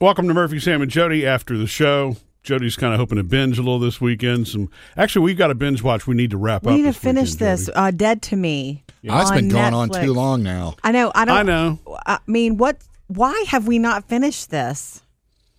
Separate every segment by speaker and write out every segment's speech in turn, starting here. Speaker 1: Welcome to Murphy, Sam, and Jody after the show. Jody's kind of hoping to binge a little this weekend. Some actually, we've got a binge watch. We need to wrap
Speaker 2: We
Speaker 1: up.
Speaker 2: need to
Speaker 1: this
Speaker 2: finish
Speaker 1: weekend,
Speaker 2: this.
Speaker 1: Jody.
Speaker 2: Uh, Dead to Me.
Speaker 3: Oh, it's
Speaker 2: on
Speaker 3: been going on
Speaker 2: Netflix.
Speaker 3: too long now.
Speaker 2: I know. I don't.
Speaker 1: I know.
Speaker 2: I mean, what? Why have we not finished this?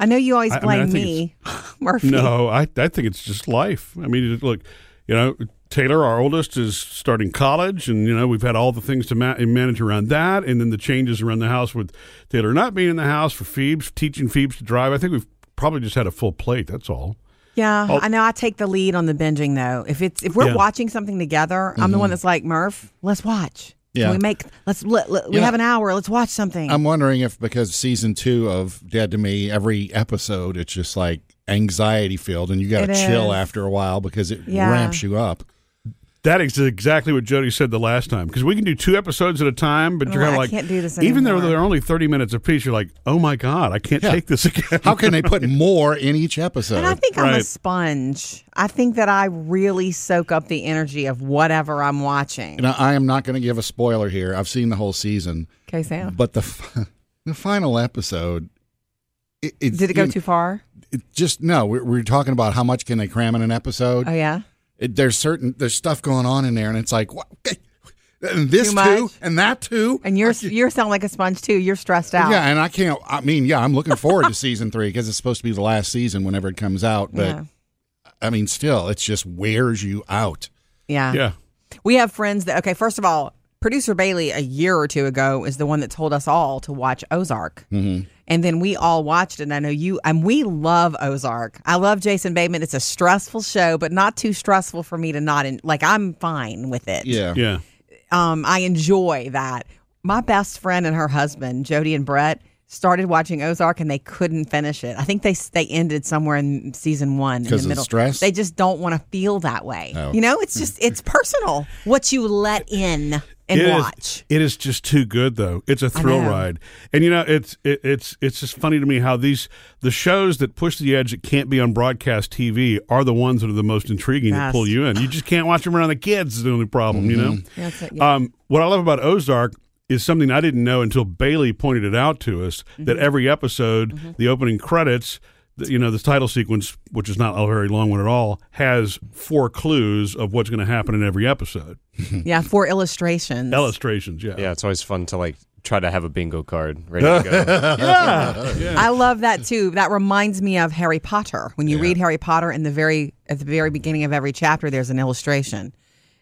Speaker 2: I know you always
Speaker 1: I- I mean, I
Speaker 2: blame
Speaker 1: think
Speaker 2: me, Murphy.
Speaker 1: No, I I think it's just life. I mean, look, you know, Taylor, our oldest, is starting college, and you know we've had all the things to ma- manage around that, and then the changes around the house with Taylor not being in the house for Phoebe's teaching Phoebe's to drive. I think we've probably just had a full plate. That's all.
Speaker 2: Yeah,
Speaker 1: Oh.
Speaker 2: I know. I take the lead on the binging though. If it's if we're
Speaker 1: Yeah.
Speaker 2: watching something together, I'm the one that's like Murph. Let's watch.
Speaker 3: Mm-hmm. Yeah.
Speaker 2: Can we make. Let's. Let, let- we
Speaker 3: Yeah.
Speaker 2: have an hour. Let's watch something.
Speaker 3: I'm wondering if because season two of Dead to Me, every episode it's just like anxiety filled, and you got to
Speaker 2: It
Speaker 3: chill
Speaker 2: is.
Speaker 3: after a while because it
Speaker 2: Yeah.
Speaker 3: ramps you up.
Speaker 1: That is exactly what Jody said the last time because we can do two episodes at a time, but you're
Speaker 2: Oh,
Speaker 1: kind
Speaker 2: I
Speaker 1: of like,
Speaker 2: can't do this
Speaker 1: even though
Speaker 2: anymore.
Speaker 1: they're only thirty minutes apiece, you're like, oh my god, I can't
Speaker 3: Yeah.
Speaker 1: take this again.
Speaker 3: How can they put more in each episode?
Speaker 2: and I think I'm a
Speaker 1: Right.
Speaker 2: sponge. I think that I really soak up the energy of whatever I'm watching.
Speaker 3: And I- I am not going to give a spoiler here. I've seen the whole season,
Speaker 2: Okay, Sam.
Speaker 3: but the f- the final episode. It, it's-
Speaker 2: Did it go
Speaker 3: you-
Speaker 2: too far?
Speaker 3: it just no. We're, we're talking about how much can they cram in an episode.
Speaker 2: Oh yeah.
Speaker 3: it, there's certain there's stuff going on in there, and it's like what, and this
Speaker 2: Too
Speaker 3: too,
Speaker 2: much?
Speaker 3: and that too.
Speaker 2: And you're you're sounding like a sponge too. You're stressed out.
Speaker 3: Yeah, and I can't. I mean, yeah, I'm looking forward to season three because it's supposed to be the last season whenever it comes out. But
Speaker 2: Yeah.
Speaker 3: I mean, still, it's just wears you out.
Speaker 2: Yeah.
Speaker 1: yeah,
Speaker 2: We have friends that, okay, first of all, producer Bailey a year or two ago is the one that told us all to watch Ozark. Mm-hmm. And then we all watched it. And I know you, and we love Ozark. I love Jason Bateman. It's a stressful show, but not too stressful for me to not, in, like, I'm fine with it.
Speaker 3: Yeah,
Speaker 1: yeah.
Speaker 2: Um, I enjoy that. My best friend and her husband, Jody and Brett, started watching Ozark and they couldn't finish it. I think they they ended somewhere in season one in
Speaker 3: 'Cause
Speaker 2: the
Speaker 3: of
Speaker 2: middle.
Speaker 3: stress?
Speaker 2: They just don't want to feel that way.
Speaker 3: Oh.
Speaker 2: You know, it's just it's personal what you let in and
Speaker 1: It is-
Speaker 2: watch.
Speaker 1: it is just too good though. It's a thrill
Speaker 2: know.
Speaker 1: ride, and you know it's it, it's it's just funny to me how these the shows that push the edge that can't be on broadcast TV are the ones that are the most intriguing
Speaker 2: Yes.
Speaker 1: that pull you in. You just can't watch them around the kids. Is the only problem, you know.
Speaker 2: That's it,
Speaker 1: Um, what I love about Ozark is something I didn't know until Bailey pointed it out to us that
Speaker 2: Mm-hmm.
Speaker 1: every episode, the opening credits, the, you know, the title sequence, which is not a very long one at all, has four clues of what's going to happen in every episode.
Speaker 2: yeah, for illustrations.
Speaker 1: Illustrations, yeah.
Speaker 4: Yeah, it's always fun to like try to have a bingo card ready to
Speaker 1: Yeah. yeah.
Speaker 2: I love that too. That reminds me of Harry Potter. When you read Harry Potter, in the very at the very beginning of every chapter, there's an illustration,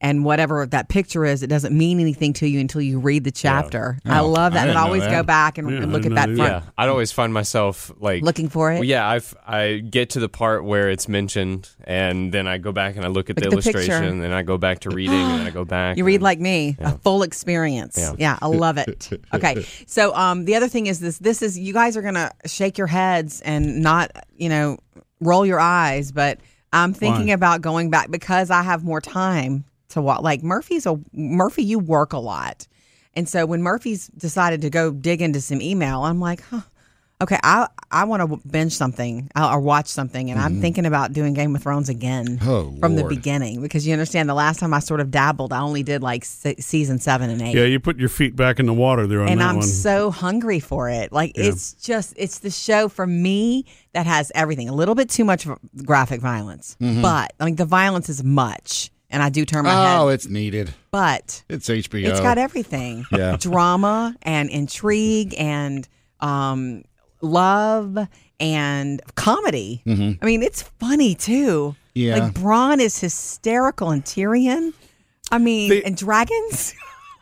Speaker 2: and whatever that picture is, it doesn't mean anything to you until you read the chapter. I
Speaker 3: Oh,
Speaker 2: love
Speaker 3: I
Speaker 2: that, and
Speaker 3: didn't
Speaker 2: I
Speaker 3: know
Speaker 2: always
Speaker 3: that.
Speaker 2: go back and,
Speaker 1: Yeah,
Speaker 2: and
Speaker 1: I
Speaker 2: look at
Speaker 1: didn't
Speaker 2: that
Speaker 1: know
Speaker 2: front,
Speaker 1: that
Speaker 4: go. yeah, I'd always find myself like
Speaker 2: looking for it.
Speaker 4: Well, yeah, I've I get to the part where it's mentioned, and then I go back and I look at
Speaker 2: Look
Speaker 4: the
Speaker 2: at the picture.
Speaker 4: illustration, and then I go back to reading, and then I go back.
Speaker 2: You read
Speaker 4: and-
Speaker 2: like me, a full experience. Yeah. I love it. Okay, so um, the other thing is this: this is you guys are gonna shake your heads and not, you know, roll your eyes. But I'm thinking
Speaker 1: Why?
Speaker 2: about going back because I have more time to walk. Like Murphy's a Murphy, you work a lot, and so when Murphy's decided to go dig into some email, I'm like, huh. Okay, I I want to binge something uh, or watch something, and I'm thinking about doing Game of Thrones again
Speaker 3: Oh,
Speaker 2: from the
Speaker 3: Lord.
Speaker 2: beginning because you understand the last time I sort of dabbled, I only did like se- season seven and eight,
Speaker 1: Yeah, you put your feet back in the water there on
Speaker 2: and
Speaker 1: that
Speaker 2: I'm
Speaker 1: one.
Speaker 2: so hungry for it. Like it's just it's the show for me that has everything. A little bit too much graphic violence,
Speaker 1: Mm-hmm.
Speaker 2: but I mean the violence is much, and I do turn my
Speaker 3: Oh,
Speaker 2: head,
Speaker 3: it's needed.
Speaker 2: but
Speaker 3: It's HBO.
Speaker 2: it's got everything.
Speaker 3: Yeah.
Speaker 2: Drama and intrigue and um, love and comedy. I mean, it's funny too.
Speaker 3: Mm-hmm. Yeah.
Speaker 2: Like Braun is hysterical and Tyrion. I mean,
Speaker 1: The-
Speaker 2: and dragons.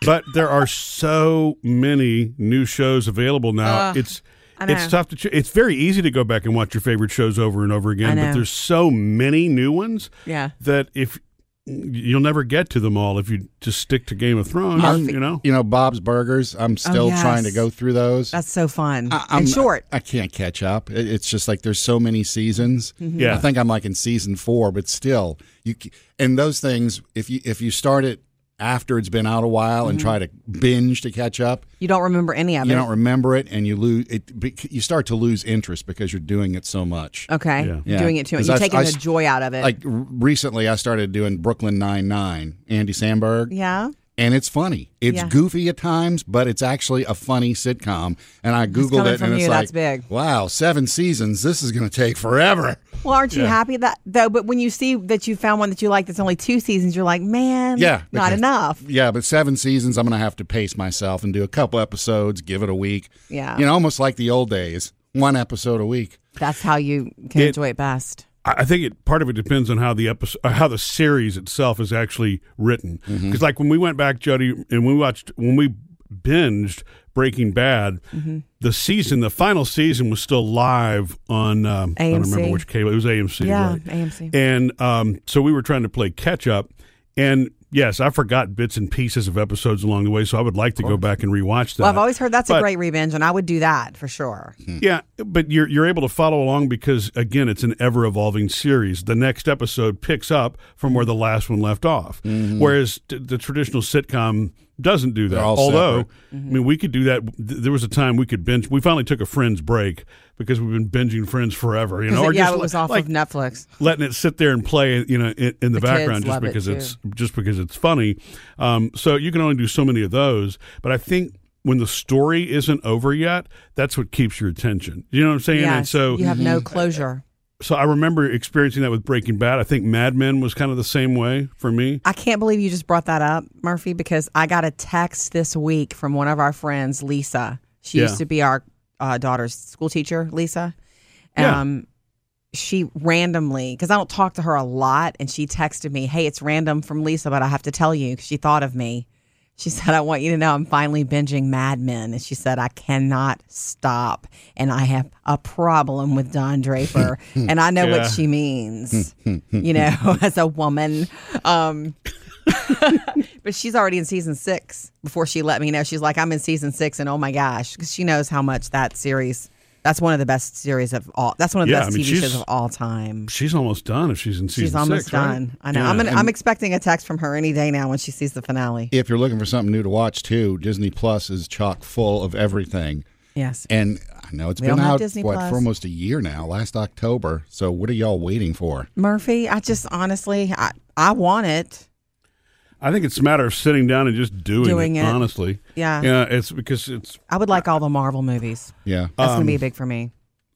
Speaker 1: but there are so many new shows available now. it's
Speaker 2: I know.
Speaker 1: it's tough to. Ch- it's very easy to go back and watch your favorite shows over and over
Speaker 2: I
Speaker 1: again.
Speaker 2: know.
Speaker 1: But there's so many new ones
Speaker 2: Yeah.
Speaker 1: that if you'll never get to them all if you just stick to Game of Thrones.
Speaker 3: I'm-
Speaker 1: You know,
Speaker 3: you know, Bob's Burgers. I'm still
Speaker 2: Oh, yes.
Speaker 3: trying to go through those.
Speaker 2: That's so fun.
Speaker 3: I- I'm
Speaker 2: and short.
Speaker 3: I, can't catch up. It- It's just like there's so many seasons.
Speaker 2: Mm-hmm.
Speaker 1: Yeah.
Speaker 3: I think I'm like in season four, but still, you c- and those things. If you if you start it after it's been out a while
Speaker 2: Mm-hmm.
Speaker 3: and try to binge to catch up,
Speaker 2: you don't remember any of
Speaker 3: you
Speaker 2: it.
Speaker 3: don't remember it, and you lose it. bec- You start to lose interest because you're doing it so much.
Speaker 2: okay.
Speaker 1: Yeah.
Speaker 2: You're doing it too much.
Speaker 3: 'Cause
Speaker 2: You're
Speaker 3: I-
Speaker 2: taking
Speaker 3: I-
Speaker 2: the joy out of it.
Speaker 3: Like r- recently, I started doing Brooklyn Nine Nine, Andy Sandberg.
Speaker 2: yeah.
Speaker 3: and it's funny. It's
Speaker 2: Yeah.
Speaker 3: goofy at times, but it's actually a funny sitcom. And I googled
Speaker 2: coming
Speaker 3: it,
Speaker 2: from
Speaker 3: and it's
Speaker 2: you,
Speaker 3: like,
Speaker 2: that's big.
Speaker 3: wow, seven seasons. This is going to take forever.
Speaker 2: Well, aren't you happy that though? But when you see that you found one that you like that's only two seasons, you're like, man,
Speaker 3: Yeah,
Speaker 2: not
Speaker 3: because-
Speaker 2: enough.
Speaker 3: Yeah, but seven seasons, I'm going to have to pace myself and do a couple episodes, give it a week.
Speaker 2: Yeah.
Speaker 3: you know, almost like the old days, one episode a week.
Speaker 2: That's how you can
Speaker 1: It-
Speaker 2: enjoy it best.
Speaker 1: I I think it part of it depends on how the episode, how the series itself is actually written. Because like when we went back, Jody, and we watched when we binged Breaking Bad,
Speaker 2: Mm-hmm.
Speaker 1: the season, the final season was still live on. Um, I don't remember
Speaker 2: AMC.
Speaker 1: which cable. It was AMC.
Speaker 2: Yeah,
Speaker 1: right.
Speaker 2: AMC.
Speaker 1: And um, so we were trying to play catch up. And yes, I forgot bits and pieces of episodes along the way. So I would like to go back and rewatch that.
Speaker 2: Well, I've always heard that's
Speaker 1: But-
Speaker 2: a great revenge, and I would do that for sure.
Speaker 1: Yeah, but you're you're able to follow along because again, it's an ever evolving series. The next episode picks up from where the last one left off,
Speaker 2: Mm-hmm.
Speaker 1: whereas t- the traditional sitcom doesn't do that.
Speaker 3: all
Speaker 1: Although, I mean, we could do that. Th- There was a time we could binge. We finally took a Friends break because we've been binging Friends forever. You know,
Speaker 2: 'Cause it- yeah,
Speaker 1: just
Speaker 2: it was
Speaker 1: li-
Speaker 2: off
Speaker 1: like
Speaker 2: of Netflix.
Speaker 1: letting it sit there and play, you know, in, in the,
Speaker 2: The kids
Speaker 1: background just
Speaker 2: love it,
Speaker 1: because
Speaker 2: too.
Speaker 1: it's just because it's funny. Um, so you can only do so many of those. But I think when the story isn't over yet, that's what keeps your attention. You know what I'm saying?
Speaker 2: Yeah,
Speaker 1: And so, Mm-hmm.
Speaker 2: you have no closure.
Speaker 1: so I remember experiencing that with Breaking Bad. I think Mad Men was kind of the same way for me.
Speaker 2: I can't believe you just brought that up, Murphy, because I got a text this week from one of our friends, Lisa. She
Speaker 1: Yeah.
Speaker 2: used to be our uh, daughter's school teacher, Lisa.
Speaker 1: Yeah.
Speaker 2: Um, she randomly, because I don't talk to her a lot, and she texted me, Hey, it's random from Lisa, but I have to tell you, 'cause she thought of me. She said, I want you to know I'm finally binging Mad Men. And she said, I cannot stop. And I have a problem with Don Draper. and I know
Speaker 1: Yeah. Hmm.
Speaker 2: what she means, you know, as a woman. Um, but she's already in season six before she let me know. She's like, I'm in season six. And oh my gosh, because she knows how much that series, that's one of the best series of all, that's one of the
Speaker 1: Yeah,
Speaker 2: best
Speaker 1: I mean,
Speaker 2: TV
Speaker 1: she's-
Speaker 2: shows of all time.
Speaker 1: She's almost done if she's in season
Speaker 2: She's almost
Speaker 1: six, right?
Speaker 2: done. I know.
Speaker 1: Yeah.
Speaker 2: I'm, gonna, I'm expecting a text from her any day now when she sees the finale.
Speaker 3: If you're looking for something new to watch, too, Disney Plus is chock full of everything.
Speaker 2: Yes.
Speaker 3: And I know it's
Speaker 2: We
Speaker 3: been
Speaker 2: don't have
Speaker 3: out
Speaker 2: Disney
Speaker 3: what
Speaker 2: Plus.
Speaker 3: for almost a year now, last October. So what are y'all waiting for?
Speaker 2: Murphy, I just honestly, I, I want it.
Speaker 1: I think it's a matter of sitting down and just doing,
Speaker 2: Doing it.
Speaker 1: Honestly,
Speaker 2: Yeah.
Speaker 1: yeah. It's because it's
Speaker 2: I would like all the Marvel movies.
Speaker 3: Yeah.
Speaker 2: That's going to
Speaker 1: Um,
Speaker 2: be big for me.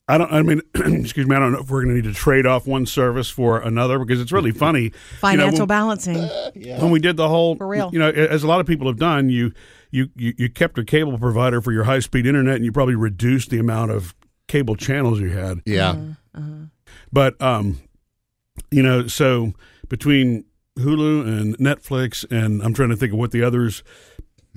Speaker 1: I don't. I mean, excuse me. I don't know if we're going to need to trade off one service for another because it's really funny.
Speaker 2: Financial
Speaker 1: you know, when,
Speaker 2: balancing.
Speaker 1: when we did the whole
Speaker 2: For real.
Speaker 1: You know, as a lot of people have done, you you you, you kept a cable provider for your high speed internet, and you probably reduced the amount of cable channels you had.
Speaker 3: Yeah.
Speaker 2: Mm-hmm.
Speaker 1: But um, you know, so between Hulu and Netflix, and I'm trying to think of what the others.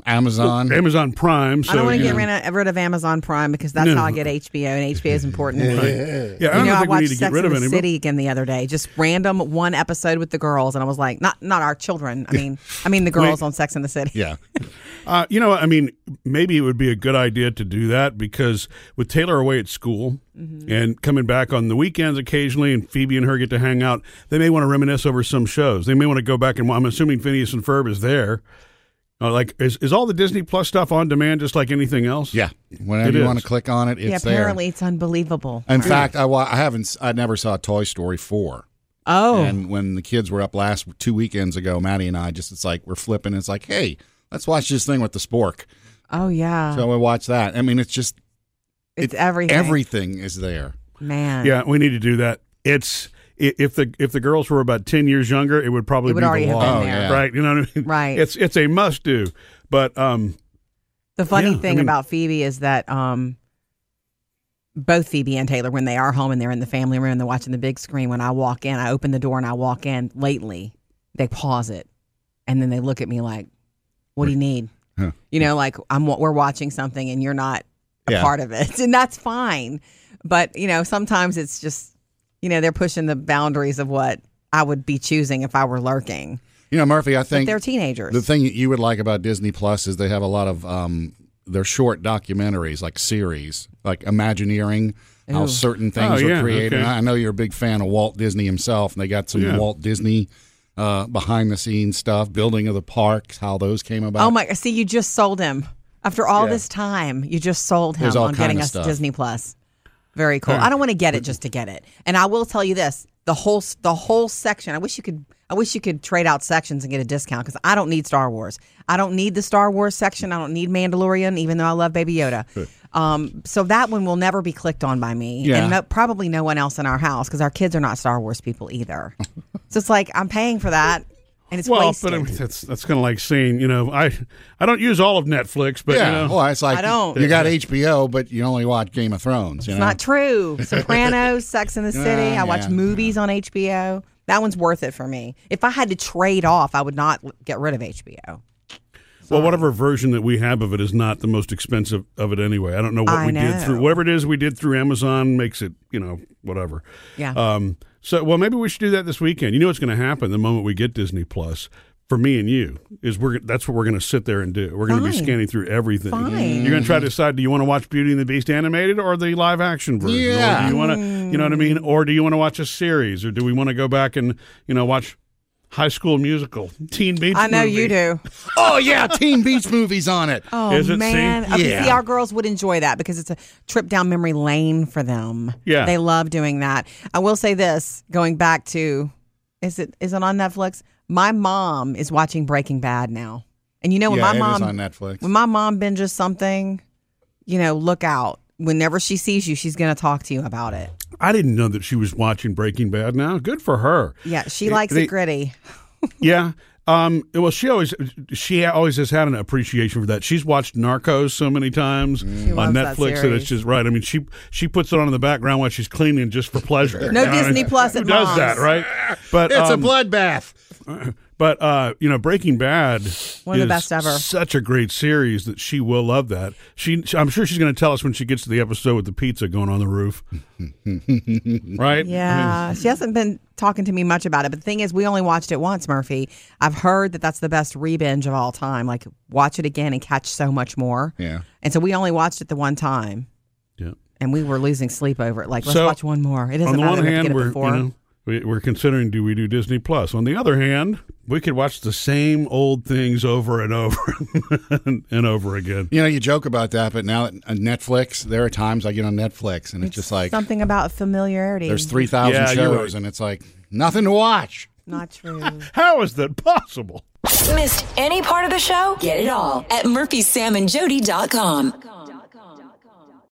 Speaker 3: Amazon.
Speaker 1: Amazon Prime. So
Speaker 2: I don't want
Speaker 1: you
Speaker 2: to get
Speaker 1: know,
Speaker 2: rid of, rid of Amazon Prime because that's
Speaker 1: No.
Speaker 2: how I get HBO, and HBO is important to me.
Speaker 1: Yeah, I
Speaker 2: You
Speaker 1: don't
Speaker 2: know, I
Speaker 1: think we
Speaker 2: watched
Speaker 1: need to get
Speaker 2: Sex
Speaker 1: rid
Speaker 2: and
Speaker 1: of
Speaker 2: the
Speaker 1: any. but-
Speaker 2: City again the other day, just random one episode with the girls, and I was like, not not our children. I mean, I mean the girls on Sex and the City.
Speaker 3: Yeah.
Speaker 1: Uh, you know, I mean, maybe it would be a good idea to do that because with Taylor away at school
Speaker 2: Mm-hmm.
Speaker 1: and coming back on the weekends occasionally, and Phoebe and her get to hang out, they may want to reminisce over some shows. They may want to go back and I'm assuming Phineas and Ferb is there. Uh, like, is, is all the Disney Plus stuff on demand just like anything else?
Speaker 3: Yeah. Whenever
Speaker 1: It
Speaker 3: you
Speaker 1: is.
Speaker 3: want to click on it, it's
Speaker 2: yeah,
Speaker 3: there.
Speaker 2: apparently it's unbelievable.
Speaker 3: In fact, I, wa- I haven't. s- I never saw Toy Story four.
Speaker 2: oh,
Speaker 3: And when the kids were up last two weekends ago, Maddie and I just it's like we're flipping. It's like, hey, let's watch this thing with the spork.
Speaker 2: oh yeah,
Speaker 3: So we watch that. I mean, it's just
Speaker 2: it's everything.
Speaker 3: everything is there.
Speaker 2: man.
Speaker 1: Yeah, we need to do that. It's i- if the if the girls were about ten years younger, it would probably
Speaker 2: It would
Speaker 1: be
Speaker 2: already
Speaker 1: the
Speaker 2: have
Speaker 1: law,
Speaker 3: Oh,
Speaker 2: been there.
Speaker 3: yeah.
Speaker 1: right? You know what I mean?
Speaker 2: Right.
Speaker 1: It's it's a must do, but um,
Speaker 2: The funny
Speaker 1: Yeah, I
Speaker 2: thing
Speaker 1: mean-
Speaker 2: about Phoebe is that um, both Phoebe and Taylor, when they are home and they're in the family room, they're watching the big screen. When I walk in, I open the door and I walk in. Lately, they pause it, and then they look at me like, "What do you need?"
Speaker 3: Huh.
Speaker 2: You know, like I'm we're watching something and you're not a
Speaker 3: Yeah.
Speaker 2: part of it, and that's fine. But you know, sometimes it's just you know they're pushing the boundaries of what I would be choosing if I were lurking.
Speaker 3: You know, Murphy. I
Speaker 2: But
Speaker 3: think
Speaker 2: they're teenagers.
Speaker 3: the thing that you would like about Disney Plus is they have a lot of um, their short documentaries, like series, like Imagineering. How
Speaker 2: Ooh.
Speaker 3: certain things
Speaker 1: Oh,
Speaker 3: were
Speaker 1: yeah,
Speaker 3: created.
Speaker 1: okay.
Speaker 3: And I know you're a big fan of Walt Disney himself, and they got some
Speaker 1: Yeah.
Speaker 3: Walt Disney uh, behind the scenes stuff, building of the parks, how those came about.
Speaker 2: Oh my! See, you just sold him after all
Speaker 3: Yeah.
Speaker 2: this time. You just sold him
Speaker 3: There's all
Speaker 2: on getting
Speaker 3: kinda
Speaker 2: us
Speaker 3: stuff.
Speaker 2: Disney Plus. Very cool. I don't want to get it just to get it. And I will tell you this: The whole s- the whole section. I wish you could I wish you could trade out sections and get a discount because I don't need Star Wars. I don't need the Star Wars section. I don't need Mandalorian, even though I love Baby Yoda. Um, so that one will never be clicked on by me,
Speaker 3: Yeah.
Speaker 2: and no, probably no one else in our house because our kids are not Star Wars people either. so it's like I'm paying for that, and it's
Speaker 1: well,
Speaker 2: wasted.
Speaker 1: but I mean, that's that's kind of like saying, you know, I I don't use all of Netflix, but
Speaker 3: yeah.
Speaker 1: you know,
Speaker 3: well, it's like
Speaker 2: I don't-
Speaker 3: you got HBO, but you only watch Game of Thrones. You
Speaker 2: It's
Speaker 3: know?
Speaker 2: not true. Sopranos, Sex in the City. I watch
Speaker 3: yeah,
Speaker 2: movies on HBO. That one's worth it for me. If I had to trade off, I would not l- get rid of HBO.
Speaker 1: well, whatever version that we have of it is not the most expensive of it anyway. I don't know what
Speaker 2: I
Speaker 1: we did
Speaker 2: know.
Speaker 1: through whatever it is we did through Amazon makes it, you know, whatever.
Speaker 2: Yeah.
Speaker 3: Uh,
Speaker 1: Um, so, well, maybe we should do that this weekend. You know what's going to happen the moment we get Disney Plus for me and you is we're that's what we're going to sit there and do. We're going to be
Speaker 2: Fine.
Speaker 1: scanning through everything.
Speaker 2: Fine.
Speaker 1: You're going to try to decide: do you want to watch Beauty and the Beast animated or the live action version? Or
Speaker 3: Yeah.
Speaker 1: do you want to, you know what I mean? Or do you want to watch a series? Or do we want to go back and you know watch High School Musical, Teen Beach?
Speaker 2: I know
Speaker 1: Movie?
Speaker 2: you do.
Speaker 3: oh yeah, Teen Beach movies on it.
Speaker 2: Oh
Speaker 1: Is it? See?
Speaker 2: man! Okay,
Speaker 3: Yeah.
Speaker 2: see, our girls would enjoy that because it's a trip down memory lane for them.
Speaker 1: Yeah.
Speaker 2: they love doing that. I will say this: going back to, is it is it on Netflix? My mom is watching Breaking Bad now, and you know when
Speaker 3: yeah,
Speaker 2: my
Speaker 3: it
Speaker 2: mom
Speaker 3: is on Netflix.
Speaker 2: when my mom binges something, you know, look out. Whenever she sees you, she's going to talk to you about it.
Speaker 1: I didn't know that she was watching Breaking Bad. Now, good for her.
Speaker 2: Yeah, she likes
Speaker 1: they- Mm-hmm.
Speaker 2: it gritty.
Speaker 1: Yeah. Um, well, she always she always has had an appreciation for that. She's watched Narcos so many times on
Speaker 3: Mm.
Speaker 2: loves
Speaker 1: Netflix
Speaker 2: that
Speaker 1: that, it's
Speaker 2: series.
Speaker 1: just right. I mean, she she puts it on in the background while she's cleaning just for pleasure.
Speaker 2: No
Speaker 1: You know what I
Speaker 2: Disney
Speaker 1: mean?
Speaker 2: Plus
Speaker 1: Who
Speaker 2: at
Speaker 1: does
Speaker 2: mom's.
Speaker 1: that, right? But
Speaker 3: it's
Speaker 1: um,
Speaker 3: a bloodbath.
Speaker 1: but uh, you know, Breaking Bad
Speaker 2: One of the
Speaker 1: is
Speaker 2: best ever.
Speaker 1: Such a great series that she will love that. She, I'm sure she's going to tell us when she gets to the episode with the pizza going on the roof, right?
Speaker 2: Yeah, she hasn't been talking to me much about it. But the thing is, we only watched it once, Murphy. I've heard that that's the best rebinge of all time. Like, watch it again and catch so much more.
Speaker 3: Yeah.
Speaker 2: And so we only watched it the one time,
Speaker 1: yeah.
Speaker 2: and we were losing sleep over it. Like, let's
Speaker 1: So,
Speaker 2: watch one more. It doesn't
Speaker 1: on the
Speaker 2: matter.
Speaker 1: one
Speaker 2: we have
Speaker 1: hand,
Speaker 2: to get it
Speaker 1: we're
Speaker 2: before.
Speaker 1: you know, we, we're considering do we do Disney Plus. On the other hand, we could watch the same old things over and over and, and over again.
Speaker 3: You know, you joke about that, but now on Netflix, there are times I get on Netflix and it's, just like
Speaker 2: something about familiarity.
Speaker 3: there's three thousand
Speaker 1: Yeah, you're
Speaker 3: shows,
Speaker 1: right.
Speaker 3: and it's like nothing to watch.
Speaker 2: Not true.
Speaker 1: How is that possible?
Speaker 5: Missed any part of the show? Get it all at murphysamandjody.com.